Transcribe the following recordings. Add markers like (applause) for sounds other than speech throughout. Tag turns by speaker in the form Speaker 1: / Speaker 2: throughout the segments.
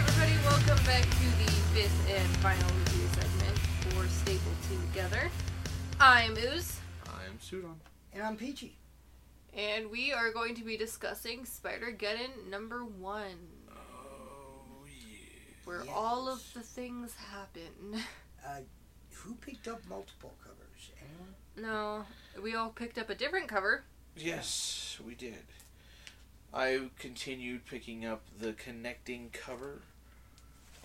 Speaker 1: Welcome back to the fifth and final review segment for Staple Team Together. I'm Ooze,
Speaker 2: I'm Sudan.
Speaker 3: And I'm Peachy.
Speaker 1: and we are going to be discussing Spider Geddon number one,
Speaker 2: Oh yeah.
Speaker 1: where all of
Speaker 3: Yes.
Speaker 1: the things happen.
Speaker 3: Who picked up multiple covers? Anyone?
Speaker 1: No, we all picked up a different cover.
Speaker 2: Yes, we did. I continued picking up the connecting cover.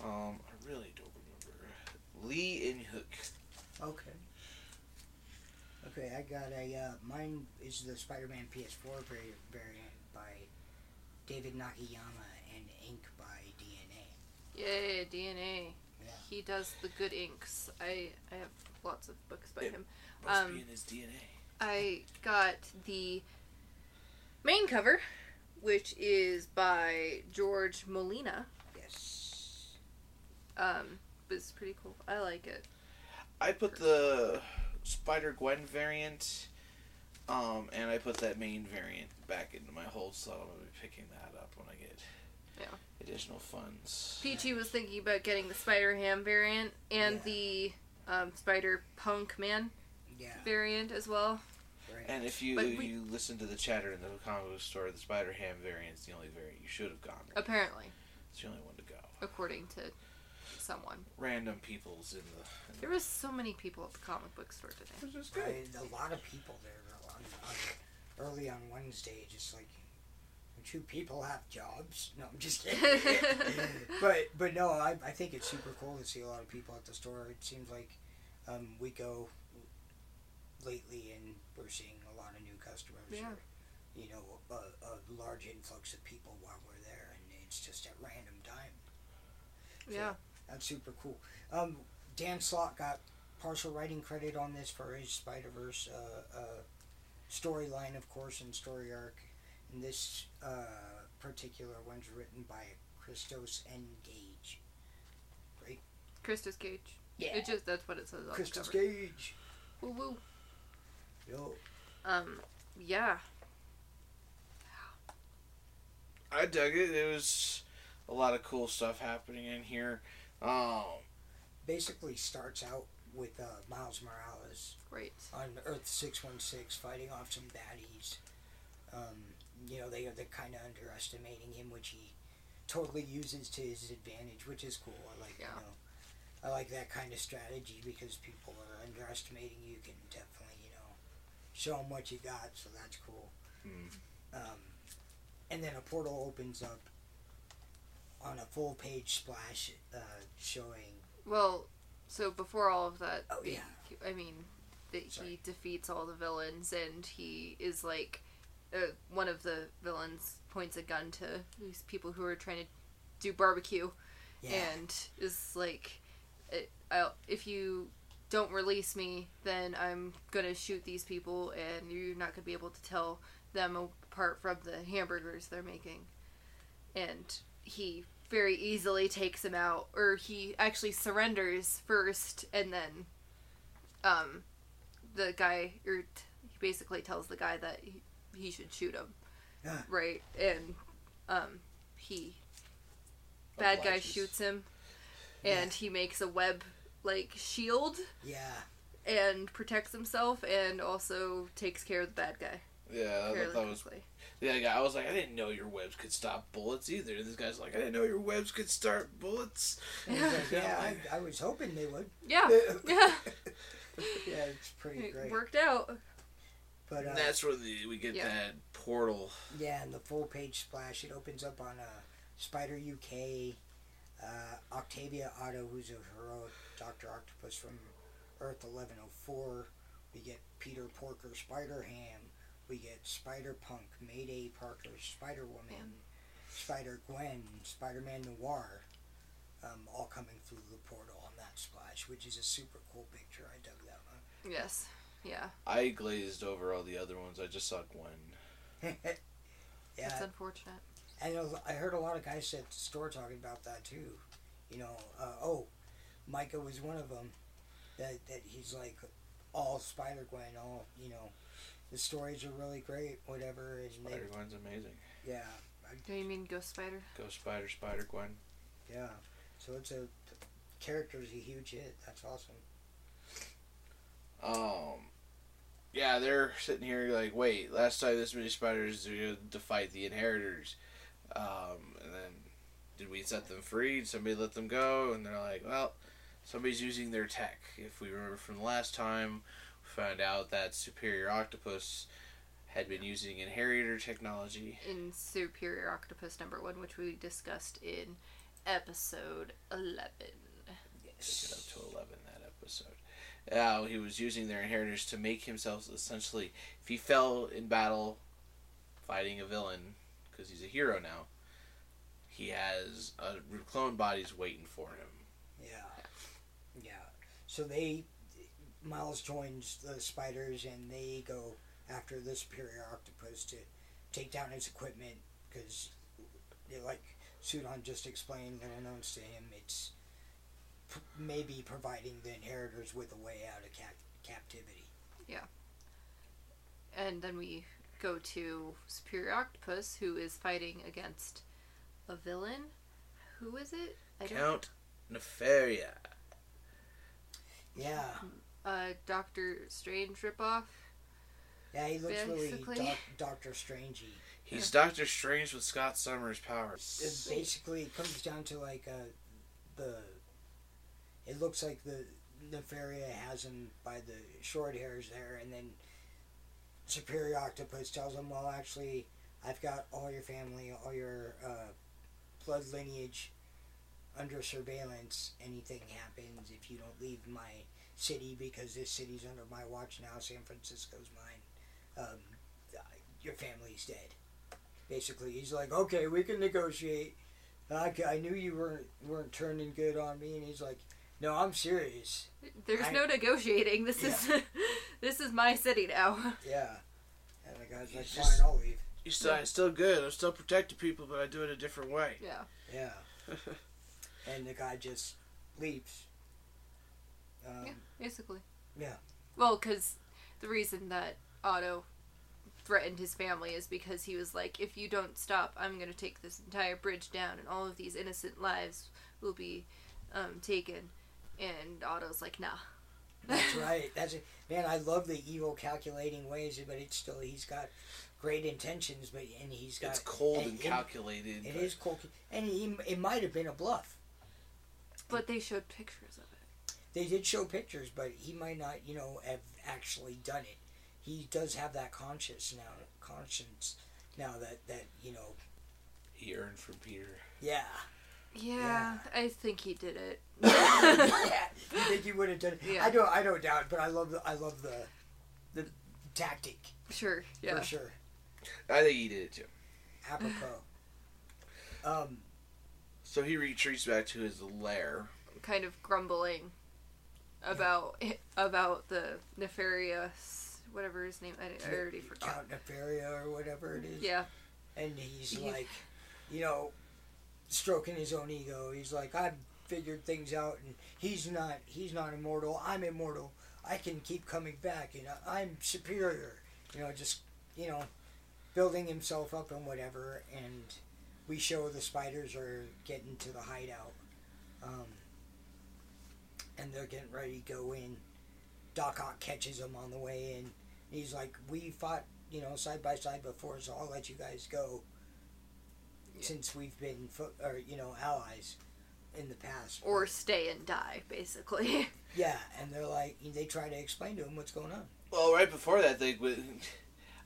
Speaker 2: Um, I really don't remember. Lee and Hook.
Speaker 3: Okay. Okay, I got a. Uh, mine is the Spider Man PS4 vari- variant by David Nakayama and ink by DNA.
Speaker 1: Yay, DNA.
Speaker 3: Yeah.
Speaker 1: He does the good inks. I, I have lots of books by
Speaker 2: Yeah.
Speaker 1: him.
Speaker 2: Must
Speaker 1: Um,
Speaker 2: be in his DNA.
Speaker 1: I got the main cover, which is by George Molina.
Speaker 3: Yes.
Speaker 1: Um, but it's pretty cool. I like it.
Speaker 2: I put the Spider Gwen variant, um, and I put that main variant back into my hold slot. I'm gonna be picking that up when I get
Speaker 1: Yeah.
Speaker 2: additional funds.
Speaker 1: Peachy was thinking about getting the Spider Ham variant and
Speaker 3: Yeah.
Speaker 1: the um, Spider Punk Man
Speaker 3: Yeah.
Speaker 1: variant as well.
Speaker 3: Right.
Speaker 2: And if you
Speaker 1: But we-
Speaker 2: you listen to the chatter in the comic book store, the Spider Ham variant is the only variant you should have gone. With.
Speaker 1: Apparently,
Speaker 2: It's the only one to go.
Speaker 1: according to someone.
Speaker 2: Random peoples in the. In
Speaker 1: There was so many people at the comic book store
Speaker 3: (laughs)
Speaker 1: today.
Speaker 2: the which is
Speaker 3: I,
Speaker 2: good.
Speaker 3: a lot of people there were on, on, early on Wednesday, just like, do people have jobs? No, I'm just kidding. (laughs) but but no, I, I think it's super cool to see a lot of people at the store. It seems like um, we go lately, and we're seeing a lot of new customers.
Speaker 1: Yeah.
Speaker 3: Or, you know, a, a large influx of people while we're there, and it's just at random time.
Speaker 1: yeah.
Speaker 3: That's super cool. Um, Dan Slott got partial writing credit on this for his Spider Verse uh, uh, storyline, of course, and story arc. And this uh, particular one's written by Christos N. Gage.
Speaker 1: Christus Cage.
Speaker 3: Yeah.
Speaker 1: It just that's what it says on
Speaker 3: Christos
Speaker 1: the cover.
Speaker 3: Gage.
Speaker 1: Woo woo.
Speaker 3: Yo.
Speaker 1: Um. Yeah.
Speaker 2: I dug it. There was a lot of cool stuff happening in here. Um,
Speaker 3: Basically starts out with uh, Miles Morales
Speaker 1: Right.
Speaker 3: on Earth 616 fighting off some baddies. Um, you know, they, they're kind of underestimating him, which he totally uses to his advantage, which is cool. I like,
Speaker 1: Yeah.
Speaker 3: you know, I like that kind of strategy because people are underestimating you can definitely, you know, show them what you got, so that's cool.
Speaker 2: Hmm.
Speaker 3: Um, and then a portal opens up on a full page splash uh, showing
Speaker 1: Well, so before all of that,
Speaker 3: Oh,
Speaker 1: the-
Speaker 3: yeah.
Speaker 1: I mean, that he
Speaker 3: Sorry.
Speaker 1: defeats all the villains, and he is like, uh, one of the villains points a gun to these people who are trying to do barbecue, and is like, "I- I'll, if you don't release me, then I'm gonna shoot these people, and you're not gonna be able to tell them apart from the hamburgers they're making. And he very easily takes him out, or he actually surrenders first, and then, um, the guy, or t- he basically tells the guy that he, he should shoot him,
Speaker 3: Yeah.
Speaker 1: right? And, um, he bad guy
Speaker 2: Obliges.
Speaker 1: shoots him and he makes a web like shield (laughs)
Speaker 3: yeah.
Speaker 1: and protects himself and also takes care of the bad guy
Speaker 2: Yeah, I thought
Speaker 1: fairly
Speaker 2: Oh, that was. (laughs)
Speaker 1: quickly.
Speaker 2: Yeah, I was like, I didn't know your webs could stop bullets either. And this guy's like, I didn't know your webs could start bullets.
Speaker 3: And he's like,
Speaker 2: Yeah.
Speaker 3: yeah, I, I was hoping they would.
Speaker 1: yeah yeah
Speaker 3: Yeah, it's pretty
Speaker 1: it
Speaker 3: great.
Speaker 1: worked out
Speaker 3: But uh,
Speaker 2: And that's where the, we get
Speaker 1: Yeah.
Speaker 2: that portal.
Speaker 3: yeah, and the full page splash it opens up on uh, Spider UK, uh, Octavia Otto, who's a heroic Doctor Octopus from Earth eleven oh four. We get Peter Porker, Spider Ham. We get Spider Punk, Mayday Parker, Spider Woman, Spider Gwen, Spider Man Noir. Um, all coming through the portal on that splash, which is a super cool picture. I dug that one.
Speaker 1: yes yeah
Speaker 2: I glazed over all the other ones. I just saw Gwen.
Speaker 3: (laughs) yeah,
Speaker 1: it's unfortunate
Speaker 3: And a l- I heard a lot of guys at the store talking about that too. You know, uh, oh, Micah was one of them. That that he's like all Spider Gwen, all you know, the stories are really great, whatever. And
Speaker 2: Spider
Speaker 3: they,
Speaker 2: Gwen's amazing.
Speaker 3: yeah,
Speaker 1: do you mean ghost spider
Speaker 2: Go Spider, Spider Gwen.
Speaker 3: yeah. So it's a the character's a huge hit. That's awesome.
Speaker 2: Um, yeah, they're sitting here like, wait, last time this many spiders to, to fight the inheritors, um, and then did we set them free? Did somebody let them go? And they're like, well, somebody's using their tech. If we remember from the last time, we found out that Superior Octopus had been using inheritor technology.
Speaker 1: in Superior Octopus number one, which we discussed in episode 11.
Speaker 2: Took it up to eleven that episode. Uh, he was using their inheritors to make himself essentially, if he fell in battle, fighting a villain, because he's a hero now. He has a clone bodies waiting for him.
Speaker 3: Yeah. Yeah. So they, Miles joins the spiders and they go after the superior octopus to take down his equipment because, like Sudan just explained, little known to him, it's p- maybe providing the inheritors with a way out of cap- captivity.
Speaker 1: And then we go to Superior Octopus, who is fighting against a villain. Who is it? I
Speaker 2: Count Nefaria.
Speaker 3: Yeah.
Speaker 1: Uh, Doctor Strange ripoff.
Speaker 3: Yeah, he looks
Speaker 1: Basically.
Speaker 3: really Doctor Strangey.
Speaker 2: He's Doctor Strange with Scott Summers'
Speaker 3: it
Speaker 2: powers.
Speaker 3: basically comes down to like uh, the. It looks like the Nefaria has him by the short hairs there, and then Superior Octopus tells him, "Well, actually, I've got all your family, all your uh, blood lineage under surveillance. Anything happens if you don't leave my city because this city's under my watch now. San Francisco's mine. Um, your family's dead." Basically, he's like, "Okay, we can negotiate." I, I knew you weren't weren't turning good on me, and he's like, "No, I'm serious."
Speaker 1: There's
Speaker 3: I-
Speaker 1: no negotiating. This is (laughs) this is my city
Speaker 3: (laughs)
Speaker 1: now.
Speaker 3: Yeah, and the guy's like,
Speaker 2: He's just-
Speaker 3: "Fine, I'll leave."
Speaker 2: He's still, I'm still good. I'm still protecting people, but I do it a different way.
Speaker 3: (laughs)
Speaker 1: Yeah.
Speaker 3: Yeah. and the guy just leaves. Um,
Speaker 1: Yeah. Basically.
Speaker 3: Yeah.
Speaker 1: Well, because the reason that Otto threatened his family is because he was like, if you don't stop, I'm going to take this entire bridge down and all of these innocent lives will be um, taken. And Otto's like, nah. (laughs)
Speaker 3: That's right. That's it. Man, I love the evil calculating ways, but it's still he's got great intentions, but and he's got
Speaker 2: It's cold and
Speaker 3: it-
Speaker 2: calculated.
Speaker 3: It
Speaker 2: but-
Speaker 3: is cold, and he, it might have been a bluff.
Speaker 1: But they showed pictures of it.
Speaker 3: They did show pictures, but he might not, you know, have actually done it. He does have that conscious now, conscience now that that you know,
Speaker 2: He earned from Peter.
Speaker 1: (laughs)
Speaker 3: yeah. (laughs)
Speaker 1: Yeah, I think he did it.
Speaker 3: (laughs) yeah, you think he would have done it?
Speaker 1: Yeah.
Speaker 3: I don't, I don't doubt, but I love, the, I love the, the tactic
Speaker 1: (laughs) sure, yeah. (sighs)
Speaker 3: for sure.
Speaker 2: I think he did it too.
Speaker 3: Apropos. um,
Speaker 2: So he retreats back to his lair.
Speaker 1: Kind of grumbling about about the nefarious, whatever his name, I, I already forgot.
Speaker 3: Count Nefaria or whatever it is.
Speaker 1: Yeah,
Speaker 3: and he's
Speaker 1: He's-
Speaker 3: like, you know, stroking his own ego. He's like, I've figured things out, and he's not. He's not immortal. I'm immortal. I can keep coming back, and I- I'm superior. You know, just you know, building himself up and whatever. And we show the spiders are getting to the hideout, um, and they're getting ready to go in. Doc Ock catches him on the way in. He's like, "We fought, you know, side by side before, so I'll let you guys go." since we've been fo- or you know allies in the past
Speaker 1: or stay and die, basically. (laughs)
Speaker 3: yeah and they're like they try to explain to him what's going on
Speaker 2: Well, right before that, they,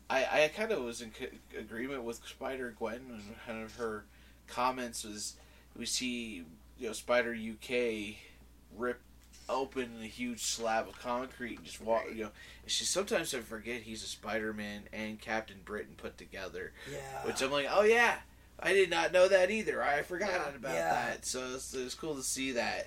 Speaker 2: I I kind of was in c- agreement with Spider Gwen and kind of her comments was we see you know Spider UK rip open a huge slab of concrete and just walk you know and she sometimes I forget he's a Spider Man and Captain Britain put together
Speaker 3: yeah
Speaker 2: which I'm like oh yeah I did not know that either I forgot
Speaker 1: Yeah.
Speaker 2: about
Speaker 3: Yeah.
Speaker 2: that so it's, it's cool to see that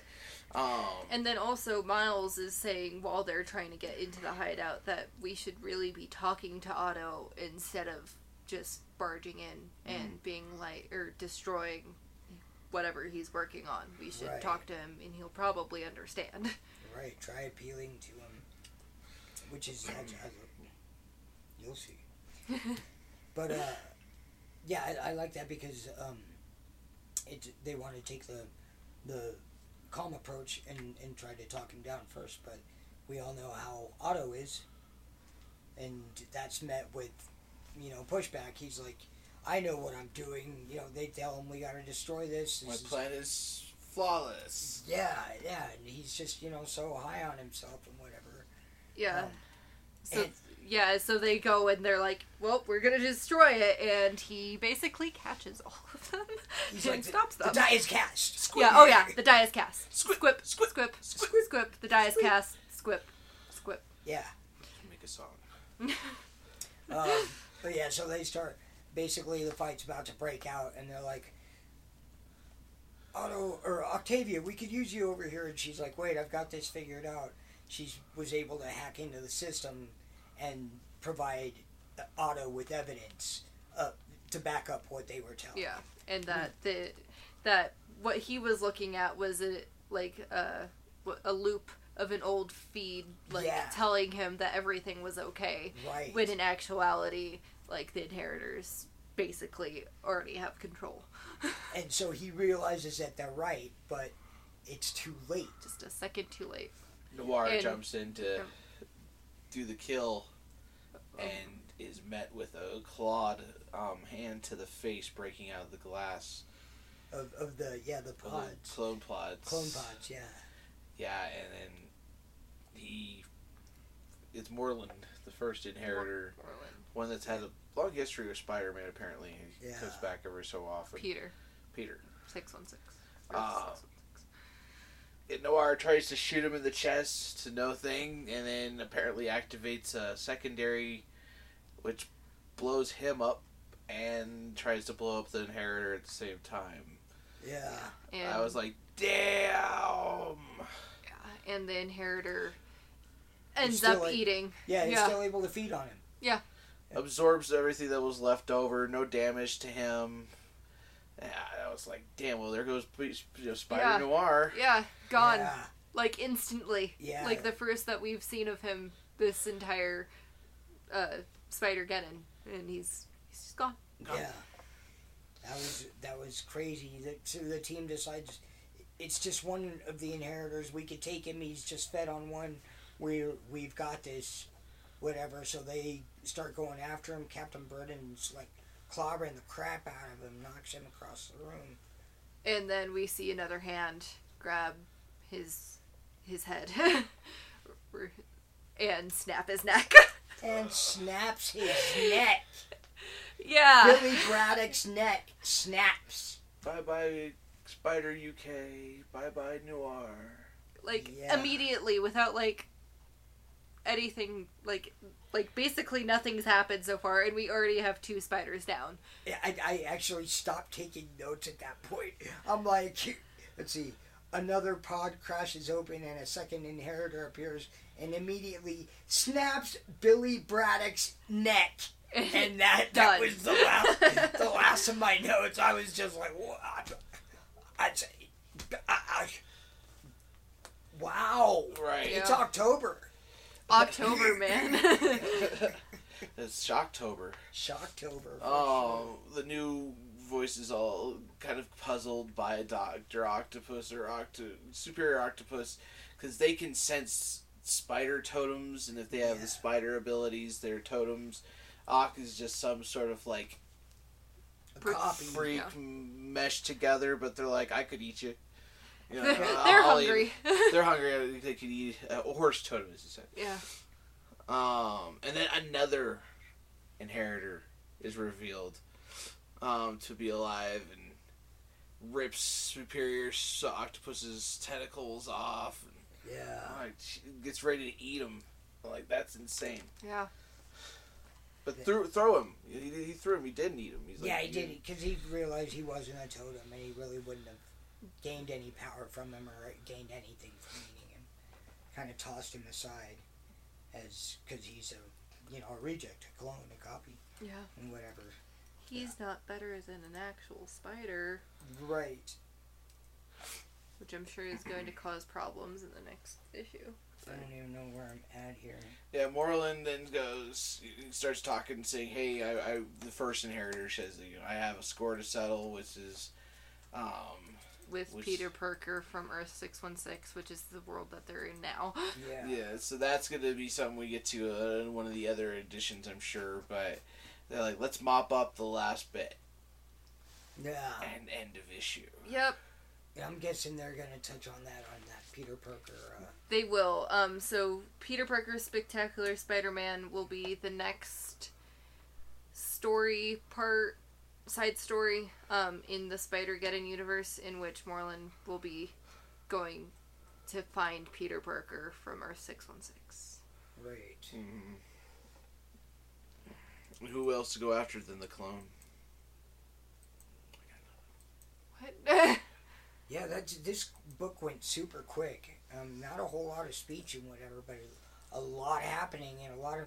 Speaker 2: um,
Speaker 1: And then also Miles is saying while they're trying to get into the hideout that we should really be talking to Otto instead of just barging in and being like or destroying whatever he's working on. We should
Speaker 3: Right.
Speaker 1: talk to him and he'll probably understand. (laughs)
Speaker 3: right try appealing to him which is I, I, you'll see but uh yeah I, I like that because um it they want to take the the calm approach and, and tried to talk him down first, but we all know how Otto is, and that's met with, you know, pushback. He's like, I know what I'm doing. You know, they tell him we gotta destroy this.
Speaker 2: My
Speaker 3: this is-
Speaker 2: plan is flawless.
Speaker 3: yeah, yeah, and he's just you know so high on himself and whatever.
Speaker 1: Yeah.
Speaker 3: Um,
Speaker 1: so
Speaker 3: and-
Speaker 1: yeah, so they go and they're like, "Well, we're gonna destroy it," and he basically catches all of them (laughs)
Speaker 3: He's
Speaker 1: and
Speaker 3: like,
Speaker 1: stops
Speaker 3: the,
Speaker 1: them.
Speaker 3: the die is cast.
Speaker 1: yeah. Oh (laughs) yeah. The die is cast.
Speaker 2: Squip,
Speaker 1: Squip.
Speaker 2: squip,
Speaker 1: Squip. Squip.
Speaker 2: squip.
Speaker 1: Squip. The die is cast. Squip. Squip.
Speaker 3: Yeah.
Speaker 2: Make a song.
Speaker 3: Um, but yeah, so they start. Basically, the fight's about to break out, and they're like, "Otto or Octavia, we could use you over here." And she's like, "Wait, I've got this figured out." She was able to hack into the system and provide Otto with evidence uh, to back up what they were telling.
Speaker 1: Yeah, and
Speaker 3: Hmm.
Speaker 1: that the that what he was looking at was a like a a loop of an old feed, like
Speaker 3: Yeah.
Speaker 1: telling him that everything was okay,
Speaker 3: Right.
Speaker 1: when in actuality, like the inheritors basically already have control.
Speaker 3: and so he realizes that they're right, but it's too late.
Speaker 1: Just a second too late.
Speaker 2: Noir
Speaker 1: And-
Speaker 2: jumps in to
Speaker 1: Yep.
Speaker 2: do the kill
Speaker 3: Oh.
Speaker 2: and is met with a clawed um, hand to the face breaking out of the glass
Speaker 3: Of, of the yeah the
Speaker 2: of the
Speaker 3: pods,
Speaker 2: clone pods.
Speaker 3: clone pods, yeah.
Speaker 2: Yeah, and then he. It's Moreland, the first inheritor,
Speaker 1: Orlin.
Speaker 2: one that's had a long history with Spider Man, apparently. He
Speaker 3: Yeah.
Speaker 2: comes back every so often.
Speaker 1: Peter
Speaker 2: Peter.
Speaker 1: six one six.
Speaker 2: Ah. And Noir tries to shoot him in the chest to no thing, and then apparently activates a secondary, which blows him up and tries to blow up the inheritor at the same time.
Speaker 3: Yeah.
Speaker 1: And,
Speaker 2: I was like, damn!
Speaker 1: yeah, and the inheritor ends
Speaker 3: still
Speaker 1: up
Speaker 3: like-
Speaker 1: eating.
Speaker 3: Yeah, he's
Speaker 1: Yeah.
Speaker 3: still able to feed on him.
Speaker 2: Absorbs everything that was left over, no damage to him. Yeah, I was like, damn, well, there goes you know, Spider
Speaker 1: Yeah.
Speaker 2: Noir.
Speaker 1: Yeah, gone.
Speaker 3: Yeah.
Speaker 1: like instantly.
Speaker 3: Yeah.
Speaker 1: Like the first that we've seen of him this entire uh Spider Genon and he's he's just gone.
Speaker 3: Yeah. That was that was crazy. The, so the team decides it's just one of the inheritors. We could take him. He's just fed on one. We we've got this, whatever. So they start going after him. Captain Burden's like clobbering the crap out of him, knocks him across the room.
Speaker 1: And then we see another hand grab his his head (laughs) and snap his neck. (laughs)
Speaker 3: And snaps his neck.
Speaker 1: yeah.
Speaker 3: Billy Braddock's neck snaps.
Speaker 2: Bye bye, Spider UK. Bye bye, Noir.
Speaker 1: Like
Speaker 3: Yeah.
Speaker 1: immediately without like anything like like basically nothing's happened so far and we already have two spiders down.
Speaker 3: Yeah, I, I actually stopped taking notes at that point. I'm like, let's see, another pod crashes open and a second inheritor appears and immediately snaps Billy Braddock's neck.
Speaker 2: (laughs)
Speaker 3: And that, that
Speaker 1: Done.
Speaker 3: was the last, the last of my notes. I was just like, what? I'd say, I, I, wow.
Speaker 2: Right.
Speaker 1: Yeah.
Speaker 3: It's October.
Speaker 1: (laughs) October, (laughs) man.
Speaker 2: It's Shocktober.
Speaker 3: Shocktober. for
Speaker 2: Oh, the new voice is all kind of puzzled by Doctor Octopus or Octo Superior Octopus because they can sense spider totems, and if they have
Speaker 3: Yeah.
Speaker 2: the spider abilities, they're totems. Ock is just some sort of like
Speaker 3: sure. A copy.
Speaker 2: freak
Speaker 1: Yeah.
Speaker 2: m meshed together, but they're like, I could eat you.
Speaker 1: (laughs)
Speaker 2: You know,
Speaker 1: they're
Speaker 2: "I'll-
Speaker 1: they're
Speaker 2: I'll eat
Speaker 1: hungry. (laughs)
Speaker 2: it." They're hungry. They could eat a horse totem, as you said.
Speaker 1: yeah.
Speaker 2: Um, and then another inheritor is revealed um, to be alive and rips Superior s- Octopus's tentacles off and
Speaker 3: Yeah.
Speaker 2: like, she gets ready to eat him. Like, that's insane.
Speaker 1: Yeah.
Speaker 2: But threw, throw him. He, he he threw him. He didn't eat him. He's like,
Speaker 3: yeah, he
Speaker 2: "You-
Speaker 3: did because he realized he wasn't a totem, and he really wouldn't have gained any power from him or gained anything from eating him. Kind of tossed him aside, as because he's a you know a reject, a clone, a copy,
Speaker 1: Yeah.
Speaker 3: and whatever.
Speaker 1: He's not better than an actual spider,
Speaker 3: Right.
Speaker 1: which I'm sure is going to cause problems in the next issue.
Speaker 3: I don't even know where I'm at here.
Speaker 2: Yeah, Moreland then goes, he starts talking, saying, "Hey, I, I the first inheritor says that you know, I have a score to settle, which is um,
Speaker 1: with
Speaker 2: Which-
Speaker 1: Peter Parker from Earth 616, which is the world that they're in now. (gasps)
Speaker 3: Yeah.
Speaker 2: Yeah, so that's going to be something we get to uh, in one of the other editions, I'm sure. But they're like, let's mop up the last bit
Speaker 3: Yeah.
Speaker 2: and end of issue.
Speaker 1: Yep,
Speaker 3: I'm guessing they're gonna touch on that on that Peter Parker. Uh,
Speaker 1: they will. Um, so Peter Parker's Spectacular Spider-Man will be the next story part, side story, um, in the Spider-Geddon universe, in which Morlan will be going to find Peter Parker from Earth 616.
Speaker 3: right.
Speaker 2: Mm-hmm. Who else to go after than the clone?
Speaker 1: What? (laughs)
Speaker 3: Yeah, that's this book went super quick. Um, not a whole lot of speech and whatever, but a lot happening and a lot of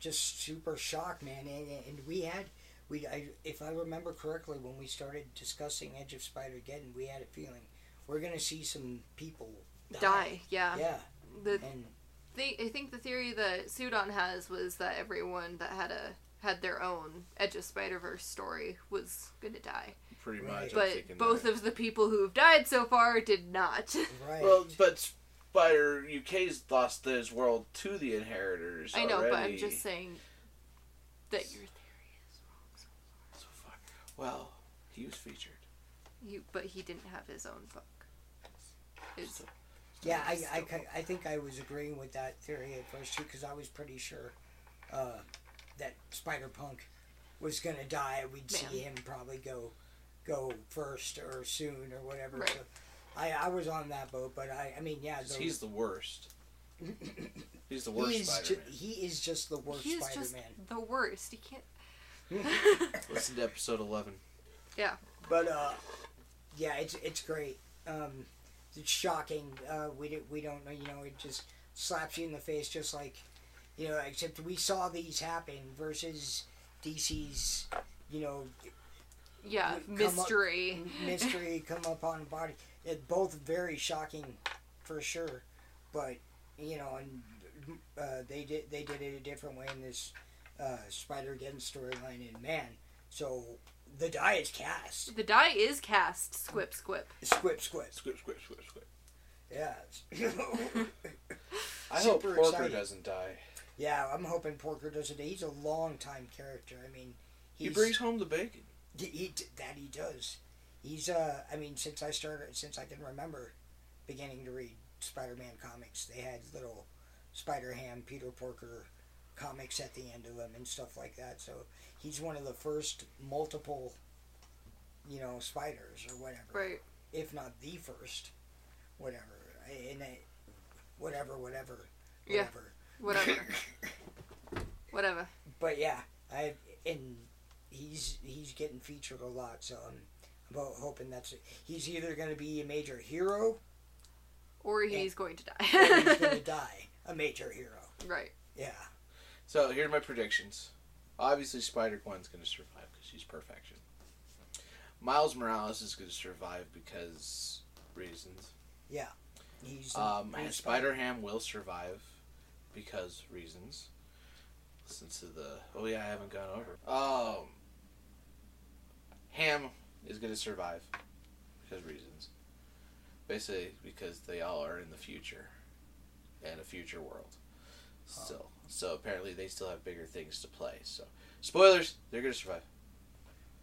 Speaker 3: just super shock, man. And, and we had we I, if I remember correctly, when we started discussing Edge of Spider Geddon, we had a feeling we're gonna see some people
Speaker 1: Die, yeah.
Speaker 3: Yeah,
Speaker 1: The
Speaker 3: and
Speaker 1: the I think the theory that Sudan has was that everyone that had a had their own Edge of Spider Verse story was gonna die,
Speaker 2: Pretty
Speaker 3: Right.
Speaker 2: much. I'm thinking
Speaker 1: but both
Speaker 2: that.
Speaker 1: of the people who have died so far did not. (laughs)
Speaker 3: right.
Speaker 2: Well, but Spider UK's lost his world to the inheritors.
Speaker 1: I know, but I'm
Speaker 2: already.
Speaker 1: just saying that your theory is
Speaker 2: So far. Well, he was featured.
Speaker 1: wrong. You, but he didn't have his own book. It's-
Speaker 3: Yeah, I, I, ki- I think I was agreeing with that theory at first too, because I was pretty sure uh, that Spider Punk was gonna die. We'd see him probably go go first or soon or whatever.
Speaker 1: Right.
Speaker 3: So I, I was on that boat, but I, I mean, yeah,
Speaker 2: 'Cause
Speaker 3: the, (clears throat)
Speaker 2: He's the worst. He's the
Speaker 3: he
Speaker 2: worst
Speaker 3: is ju-
Speaker 2: Spider Man.
Speaker 3: he is just the worst
Speaker 1: he's
Speaker 3: Spider
Speaker 1: just
Speaker 3: Man.
Speaker 1: the worst. You can't.
Speaker 3: (laughs)
Speaker 2: Listen to episode 11.
Speaker 3: But uh, yeah, it's it's great. Um, it's shocking. Uh, we do, we don't know. You know, it just slaps you in the face, just like you know. Except we saw these happen versus DC's. You know,
Speaker 1: (laughs) Yeah,
Speaker 3: Would come up-
Speaker 1: mystery. (laughs)
Speaker 3: m- mystery come up on body. It both very shocking, for sure. But you know, and uh, they did they did it a different way in this uh, Spider Geddon storyline. And man, so the die is cast.
Speaker 1: The die is cast. Squip, squip.
Speaker 3: Squip squip.
Speaker 2: Squip, squip, squip, squip.
Speaker 3: Yeah.
Speaker 2: I hope
Speaker 3: Super
Speaker 2: Porker
Speaker 3: excited.
Speaker 2: doesn't die.
Speaker 3: yeah, I'm hoping Porker doesn't. He's a long time character. I mean,
Speaker 2: He
Speaker 3: he's,
Speaker 2: brings home the bacon.
Speaker 3: he, he- that he does. He's uh, I mean, since I started, since I can remember, beginning to read Spider-Man comics, they had little Spider-Ham, Peter Porker comics at the end of them and stuff like that. So he's one of the first multiple, you know, spiders or whatever.
Speaker 1: Right.
Speaker 3: if not the first, whatever, and it, whatever, whatever,
Speaker 1: Yeah.
Speaker 3: whatever.
Speaker 1: Whatever.
Speaker 3: (laughs)
Speaker 1: Whatever.
Speaker 3: But yeah, I and he's he's getting featured a lot, so I'm about hoping that's he's either going to be a major hero
Speaker 1: Or he's going to
Speaker 3: or
Speaker 1: (laughs)
Speaker 3: he's going (laughs)
Speaker 1: die.
Speaker 3: to die a major hero.
Speaker 1: right.
Speaker 3: Yeah,
Speaker 2: So here are my predictions. Obviously, Spider Gwen's going to survive because she's perfection. Miles Morales is going to survive because reasons.
Speaker 3: he's
Speaker 2: Um, and
Speaker 3: he's
Speaker 2: Spider Ham will survive because reasons. Listen to the. Oh yeah, I haven't gone over. Um, Ham is going to survive because reasons. Basically, because they all are in the future, and a future world. Still, so apparently they still have bigger things to play. So, spoilers, they're going to survive.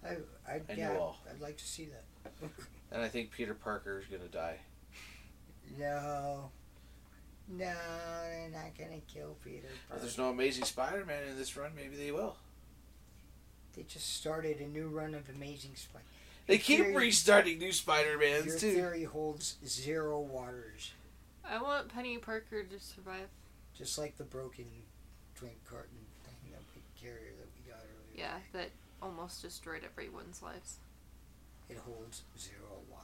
Speaker 3: I, I,
Speaker 2: I
Speaker 3: yeah,
Speaker 2: know all.
Speaker 3: I'd like to see that.
Speaker 2: And I think Peter Parker is going to die.
Speaker 3: No. No, they're not gonna kill Peter.
Speaker 2: If
Speaker 3: Parker.
Speaker 2: there's no Amazing Spider-Man in this run, maybe they will.
Speaker 3: They just started a new run of Amazing Spider.
Speaker 2: They keep
Speaker 3: Fury-
Speaker 2: restarting new Spider-Mans
Speaker 3: Your
Speaker 2: too.
Speaker 3: theory holds zero waters,
Speaker 1: I want Penny Parker to survive.
Speaker 3: just like the broken drink carton thing that we carrier that we got earlier.
Speaker 1: Yeah, that almost destroyed everyone's lives.
Speaker 3: It holds zero waters.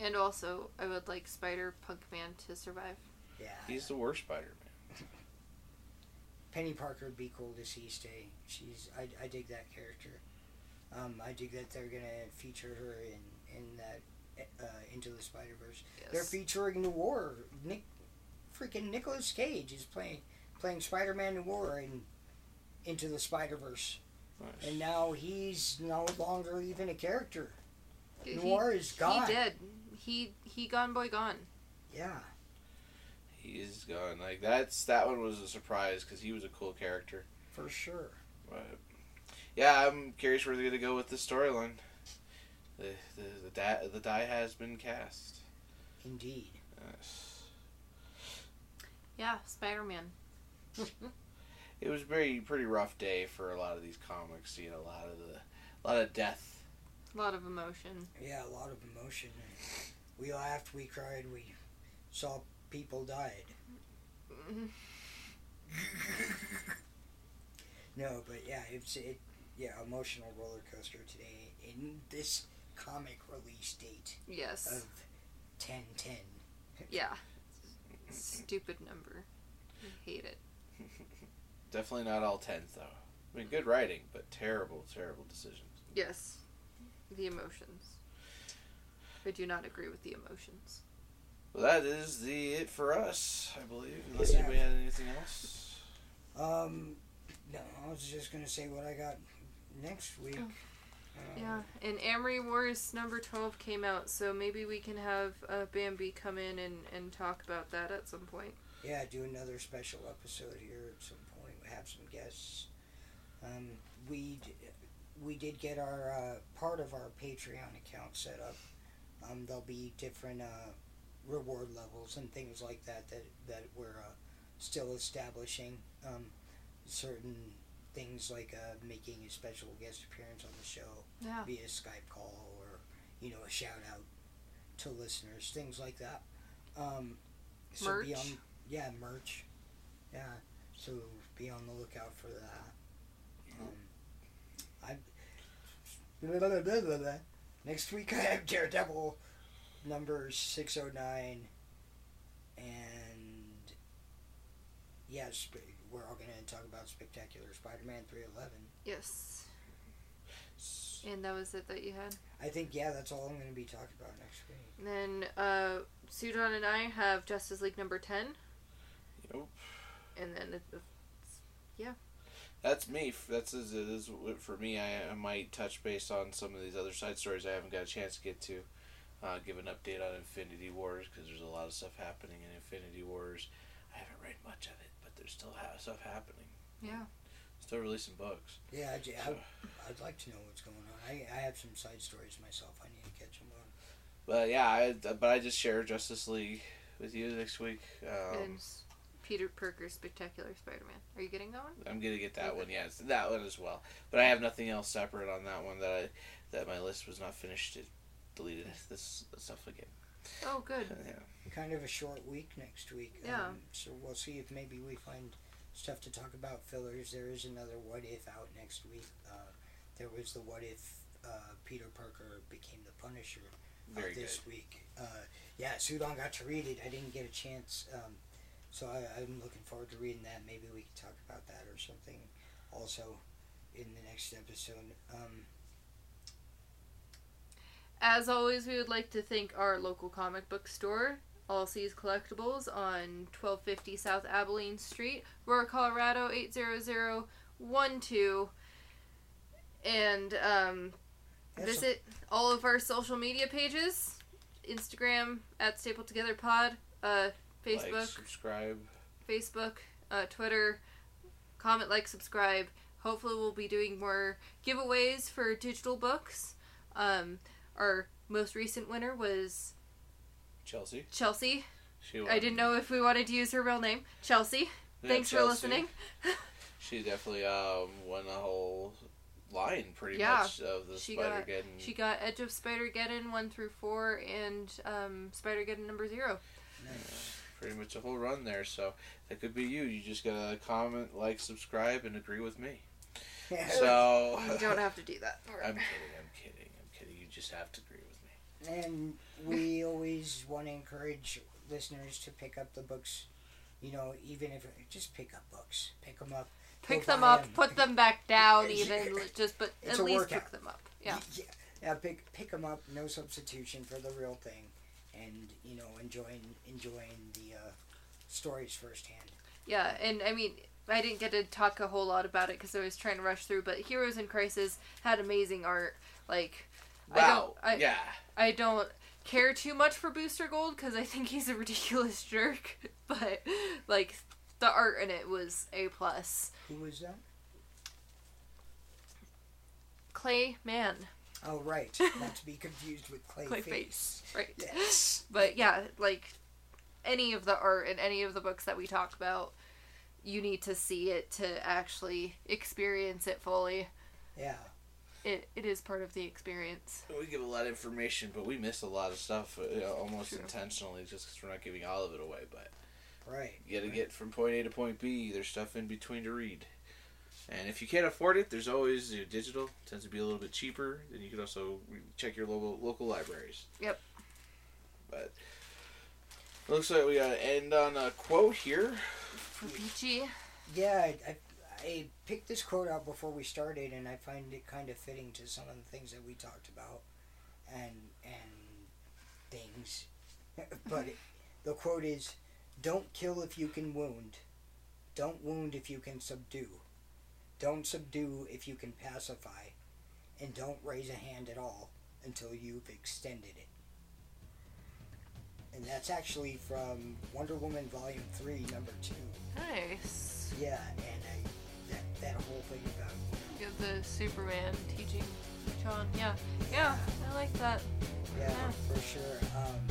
Speaker 1: And also, I would like Spider Punk Man to survive.
Speaker 3: Yeah.
Speaker 2: He's the worst Spider-Man.
Speaker 3: Penny Parker would be cool to see stay. She's I, I dig that character. Um, I dig that they're gonna feature her in in that uh, Into the Spider Verse. They're
Speaker 1: Yes.
Speaker 3: featuring Noir. Nick, freaking Nicolas Cage is playing playing Spider Man Noir in Into the Spider Verse.
Speaker 2: Nice.
Speaker 3: and now he's no longer even a character.
Speaker 1: He-
Speaker 3: Noir is gone.
Speaker 1: He did. He he gone boy gone.
Speaker 3: Yeah.
Speaker 2: He's gone. Like that's that one was a surprise because he was a cool character.
Speaker 3: For sure.
Speaker 2: But yeah, I'm curious where they're gonna go with the storyline. The the the, da- the die has been cast.
Speaker 3: Indeed.
Speaker 2: Yes.
Speaker 1: Yeah, Spider
Speaker 3: (laughs)
Speaker 1: Man.
Speaker 2: It was very pretty rough day for a lot of these comics. Seeing a lot of the a lot of death. (laughs)
Speaker 1: A lot of emotion.
Speaker 3: Yeah, a lot of emotion. We laughed, we cried, we saw
Speaker 1: (laughs)
Speaker 3: people died.
Speaker 1: Mhm.
Speaker 3: no, but yeah, it's it yeah, emotional roller coaster today in this comic release date
Speaker 1: Yes.
Speaker 3: of ten ten.
Speaker 1: Yeah. Stupid number. I hate it.
Speaker 2: Definitely not all tens though. I mean, good writing, but terrible, terrible decisions.
Speaker 1: Yes. The emotions. I do not agree with the emotions.
Speaker 2: Well, that is the it for us, I believe. Unless
Speaker 3: Yeah.
Speaker 2: anybody had anything else.
Speaker 3: Um no, I was just gonna say what I got next week.
Speaker 1: Oh.
Speaker 3: Uh,
Speaker 1: Yeah, and Amory Wars number 12 came out, so maybe we can have uh, Bambi come in and, and talk about that at some point.
Speaker 3: Yeah, do another special episode here at some point. Have some guests. Um, we d- we did get our uh, part of our Patreon account set up. Um, there'll be different uh, reward levels and things like that that that we're uh, still establishing. Um, certain things like uh, making a special guest appearance on the show
Speaker 1: Yeah.
Speaker 3: via Skype call or you know a shout out to listeners, things like that. Um, so be
Speaker 1: Merch?
Speaker 3: on yeah merch, yeah. So be on the lookout for that. Um, I (laughs) next week I have Daredevil number six oh nine, and yeah, sp- we're all gonna talk about Spectacular Spider-Man three eleven.
Speaker 1: Yes. And that was it that you had?
Speaker 3: I think yeah, that's all I'm gonna be talking about next week.
Speaker 1: And then uh, Sudan and I have Justice League number 10,
Speaker 2: Nope.
Speaker 1: and then it,
Speaker 2: That's me. That's is it is what- for me. I, I might touch base on some of these other side stories I haven't got a chance to get to. Uh, give an update on Infinity Wars because there's a lot of stuff happening in Infinity Wars. I haven't read much of it, but there's still ha- stuff happening.
Speaker 1: Yeah.
Speaker 2: Still releasing books.
Speaker 3: Yeah, I'd,
Speaker 2: So-
Speaker 3: I, would like to know what's going on. I, I have some side stories myself. I need to catch them on.
Speaker 2: But yeah, I, but I just share Justice League with you next week. Um,
Speaker 1: and Peter Perker's Spectacular Spider Man. Are you getting that one?
Speaker 2: I'm gonna get that one. Yes, that one as well. But I have nothing else separate on that one that I that my list was not finished. It deleted this stuff again.
Speaker 1: Oh, good.
Speaker 2: (laughs) Yeah.
Speaker 3: Kind of a short week next week.
Speaker 1: Yeah.
Speaker 3: Um, so we'll see if maybe we find stuff to talk about fillers. There is another what if out next week. Uh, there was the what if uh, Peter Parker became the Punisher out
Speaker 2: Very good.
Speaker 3: this week. Uh, yeah, Sudan got to read it. I didn't get a chance. Um, so I, I'm looking forward to reading that. Maybe we can talk about that or something also in the next episode. Um,
Speaker 1: As always, we would like to thank our local comic book store, All Seas Collectibles, on 1250 South Abilene Street, Aurora, Colorado 80012. And um,
Speaker 3: Yes,
Speaker 1: visit all of our social media pages Instagram at Staple Together Pod, uh, Facebook,
Speaker 2: Like, subscribe.
Speaker 1: Facebook, uh, Twitter. Comment, like, subscribe. Hopefully, we'll be doing more giveaways for digital books. Um, our most recent winner was
Speaker 2: Chelsea.
Speaker 1: Chelsea.
Speaker 2: She
Speaker 1: I
Speaker 2: won.
Speaker 1: didn't know if we wanted to use her real name. Chelsea.
Speaker 2: Yeah,
Speaker 1: Thanks for
Speaker 2: Chelsea. Mm.
Speaker 1: listening.
Speaker 2: She definitely um, won the whole line pretty
Speaker 1: Yeah.
Speaker 2: much of the
Speaker 1: She
Speaker 2: Spider
Speaker 1: got-
Speaker 2: Geddon.
Speaker 1: She got Edge of Spider Geddon 1 through 4 and um, Spider Geddon number 0.
Speaker 2: Pretty much a whole run there, so that could be you. You just gotta comment, like, subscribe, and agree with me.
Speaker 3: yeah.
Speaker 2: So
Speaker 1: You
Speaker 2: (laughs)
Speaker 1: don't have to do that.
Speaker 2: Oh. I'm kidding. I'm kidding. I'm kidding. You just have to agree with me.
Speaker 3: (laughs) And we always want to encourage listeners to pick up the books. You know, even if just pick up books, pick them up.
Speaker 1: Pick
Speaker 3: Go
Speaker 1: them
Speaker 3: buy
Speaker 1: up,
Speaker 3: 'em.
Speaker 1: put them back
Speaker 2: (laughs)
Speaker 1: down, even just, but
Speaker 3: It's a
Speaker 1: at least
Speaker 3: workout.
Speaker 1: pick them up. Yeah.
Speaker 3: yeah, yeah. Pick pick them up. No substitution for the real thing, and you know, enjoying enjoying the uh, stories firsthand.
Speaker 1: Yeah, and I mean, I didn't get to talk a whole lot about it because I was trying to rush through, but Heroes in Crisis had amazing art. Like,
Speaker 2: Wow.
Speaker 1: I don't- I-
Speaker 2: yeah.
Speaker 1: I don't care too much for Booster Gold because I think he's a (laughs) ridiculous jerk, (laughs) but like the art in it was a plus.
Speaker 3: Who was that?
Speaker 1: Clay Man,
Speaker 3: Oh,
Speaker 1: (laughs)
Speaker 3: right. Not to be confused with Clayface.
Speaker 1: Clayface. right?
Speaker 3: Yes.
Speaker 1: But yeah, like any of the art in any of the books that we talked about, you need to see it to actually experience it fully.
Speaker 3: Yeah.
Speaker 1: It it is part of the experience.
Speaker 2: We give a lot of information, but we miss a lot of stuff uh, you know, almost
Speaker 1: True.
Speaker 2: intentionally just because we're not giving all of it away. But
Speaker 3: Right.
Speaker 2: you gotta get from point A to point B. There's stuff in between to read. And if you can't afford it, there's always you know, digital. Tends to be a little bit cheaper. Then you can also re- check your local local libraries.
Speaker 1: Yep.
Speaker 2: But looks like we gotta end on a quote here.
Speaker 1: For Peachy,
Speaker 3: Yeah, I, I, I picked this quote out before we started, and I find it kind of fitting to some of the things that we talked about, and and things. (laughs) but it, the quote is, "Don't kill if you can wound. Don't wound if you can subdue. Don't subdue if you can pacify, and don't raise a hand at all until you've extended it." And that's actually from Wonder Woman Volume Three, Number Two.
Speaker 1: nice.
Speaker 3: Yeah, and I, that, that whole thing about
Speaker 1: Give the Superman teaching Sean. Yeah, yeah, I like that.
Speaker 3: yeah,
Speaker 1: Yeah.
Speaker 3: for sure. Um,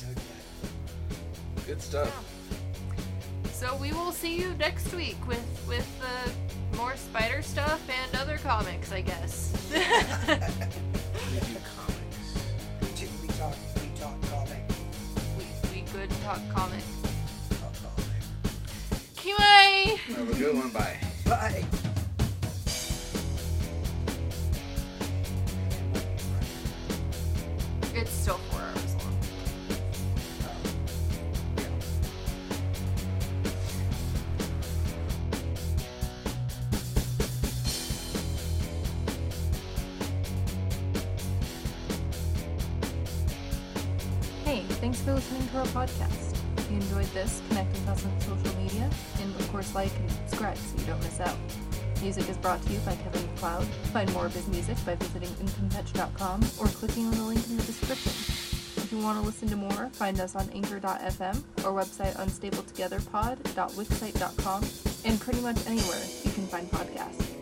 Speaker 3: dug that.
Speaker 2: Good stuff.
Speaker 1: So we will see you next week with with uh, more spider stuff and other comics, I guess. (laughs)
Speaker 3: (laughs)
Speaker 2: We do comics.
Speaker 3: We t- we talk we talk comic
Speaker 1: we, we good talk comics.
Speaker 3: we talk comic.
Speaker 1: Kimai!
Speaker 2: Have a good one. Bye.
Speaker 3: Bye.
Speaker 1: It's still four hours long. Hey, thanks for listening to our podcast. If you enjoyed this, connect with us on social media, and of course, like and subscribe so you don't miss out. Music is brought to you by Kevin McLeod. Find more of his music by visiting incometouch.com or clicking on the link in the description. If you want to listen to more, find us on anchor.fm, our website unstabletogetherpod.wixsite.com, and pretty much anywhere you can find podcasts.